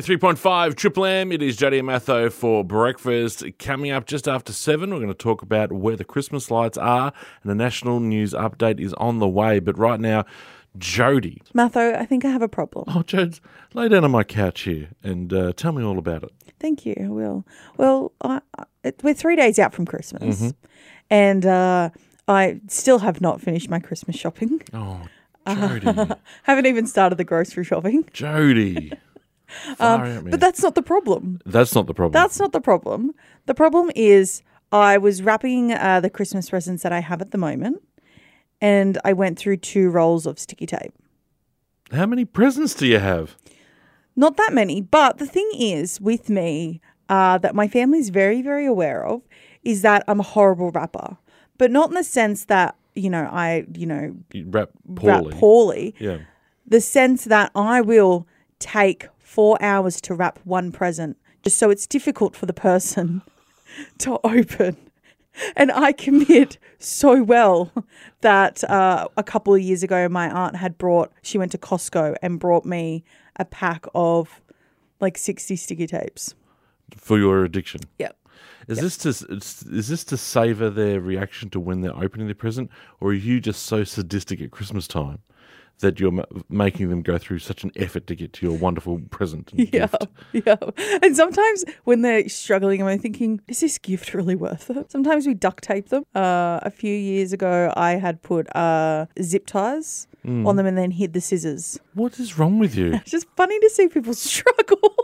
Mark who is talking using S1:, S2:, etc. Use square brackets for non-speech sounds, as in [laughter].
S1: 93.5 Triple M, it is Jody and Matho for breakfast. Coming up just after 7, we're going to talk about where the Christmas lights are, and a national news update is on the way. But right now, Jody.
S2: Matho, I think I have a problem.
S1: Oh, Jodie, lay down on my couch here and uh, tell me all about it.
S2: Thank you, I will. Well, I, I, it- we're three days out from Christmas, and uh, I still have not finished my Christmas shopping.
S1: [laughs] Oh, Jody.
S2: [laughs] Haven't even started the grocery shopping.
S1: Jody. Far out, man.
S2: But that's not the problem.
S1: Um, that's not the problem.
S2: That's not the problem. The problem is I was wrapping uh, the Christmas presents that I have at the moment, and I went through two rolls of sticky tape.
S1: How many presents do you have?
S2: Not that many, but the thing is with me uh, that my family's very, very aware of is that I'm a horrible rapper, but not in the sense that you know I you know
S1: You rap poorly.
S2: rap poorly.
S1: yeah.
S2: The sense that I will take four hours to wrap one present, just so it's difficult for the person [laughs] to open. And I commit so well that uh, a couple of years ago, my aunt had brought, she went to Costco and brought me a pack of like 60 sticky tapes.
S1: For your addiction.
S2: Yep.
S1: Is this to s- is this to savor their reaction to when they're opening their present, or are you just so sadistic at Christmas time that you're m- making them go through such an effort to get to your wonderful present? And
S2: [laughs] Yeah.
S1: gift?
S2: Yeah. And sometimes when they're struggling, I'm thinking, is this gift really worth it? Sometimes we duct tape them. Uh, a few years ago, I had put uh, zip ties on them and then hid the scissors.
S1: What is wrong with you?
S2: [laughs] It's just funny to see people struggle.